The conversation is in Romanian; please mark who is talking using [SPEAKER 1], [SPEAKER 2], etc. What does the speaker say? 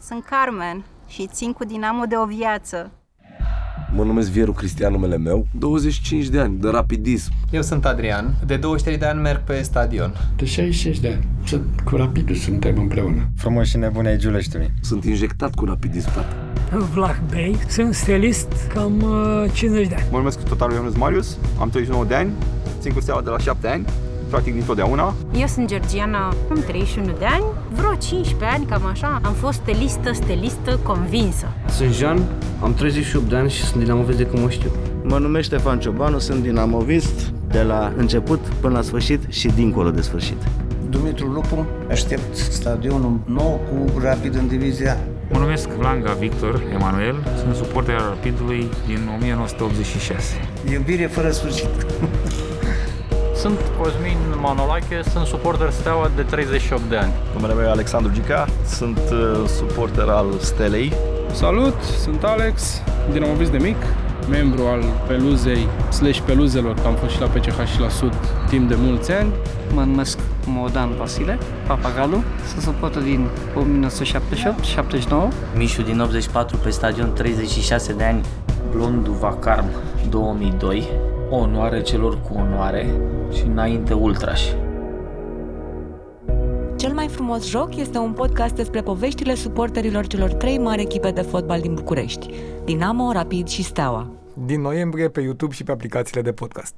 [SPEAKER 1] Sunt Carmen și țin cu Dinamo de o viață.
[SPEAKER 2] Mă numesc Vieru Cristian, numele meu. 25 de ani, de rapidism.
[SPEAKER 3] Eu sunt Adrian. De 23 de ani merg pe stadion.
[SPEAKER 4] De 66 de ani. Sunt, cu rapidul suntem împreună.
[SPEAKER 5] Frumos și nebun ai Giuleștiului.
[SPEAKER 2] Sunt injectat cu rapidism, tată.
[SPEAKER 6] Vlah Bey, sunt stilist cam uh, 50 de ani.
[SPEAKER 7] Mă numesc totalul Ionuț Marius, am 39 de ani, țin cu seama de la 7 ani, practic dintotdeauna.
[SPEAKER 8] Eu sunt Georgiana, am 31 de ani, vreo 15 ani, cam așa. Am fost stelistă, stelistă, convinsă.
[SPEAKER 9] Sunt Jean, am 38 de ani și sunt dinamovist de cum o știu.
[SPEAKER 10] Mă numesc Ștefan Ciobanu, sunt dinamovist de la început până la sfârșit și dincolo de sfârșit.
[SPEAKER 11] Dumitru Lupu, aștept stadionul nou cu Rapid în divizia
[SPEAKER 12] Mă numesc Langa Victor Emanuel, sunt suporter al Rapidului din 1986.
[SPEAKER 11] Iubire fără sfârșit.
[SPEAKER 13] Sunt Cosmin Manolache, sunt suporter Steaua de 38 de ani.
[SPEAKER 14] Numele meu e Alexandru Gica, sunt uh, suporter al Stelei.
[SPEAKER 15] Salut, sunt Alex, dinamovist de mic, membru al peluzei slash peluzelor, că am fost și la PCH și la Sud timp de mulți ani.
[SPEAKER 16] Mă numesc Modan Vasile, papagalul, sunt suportul din 1978-79.
[SPEAKER 17] Mișu din 84 pe stadion 36 de ani, Blondu Vacarm 2002, onoare celor cu onoare și înainte ultrași.
[SPEAKER 18] Cel mai frumos joc este un podcast despre poveștile suporterilor celor trei mari echipe de fotbal din București, Dinamo, Rapid și Steaua.
[SPEAKER 19] Din noiembrie pe YouTube și pe aplicațiile de podcast.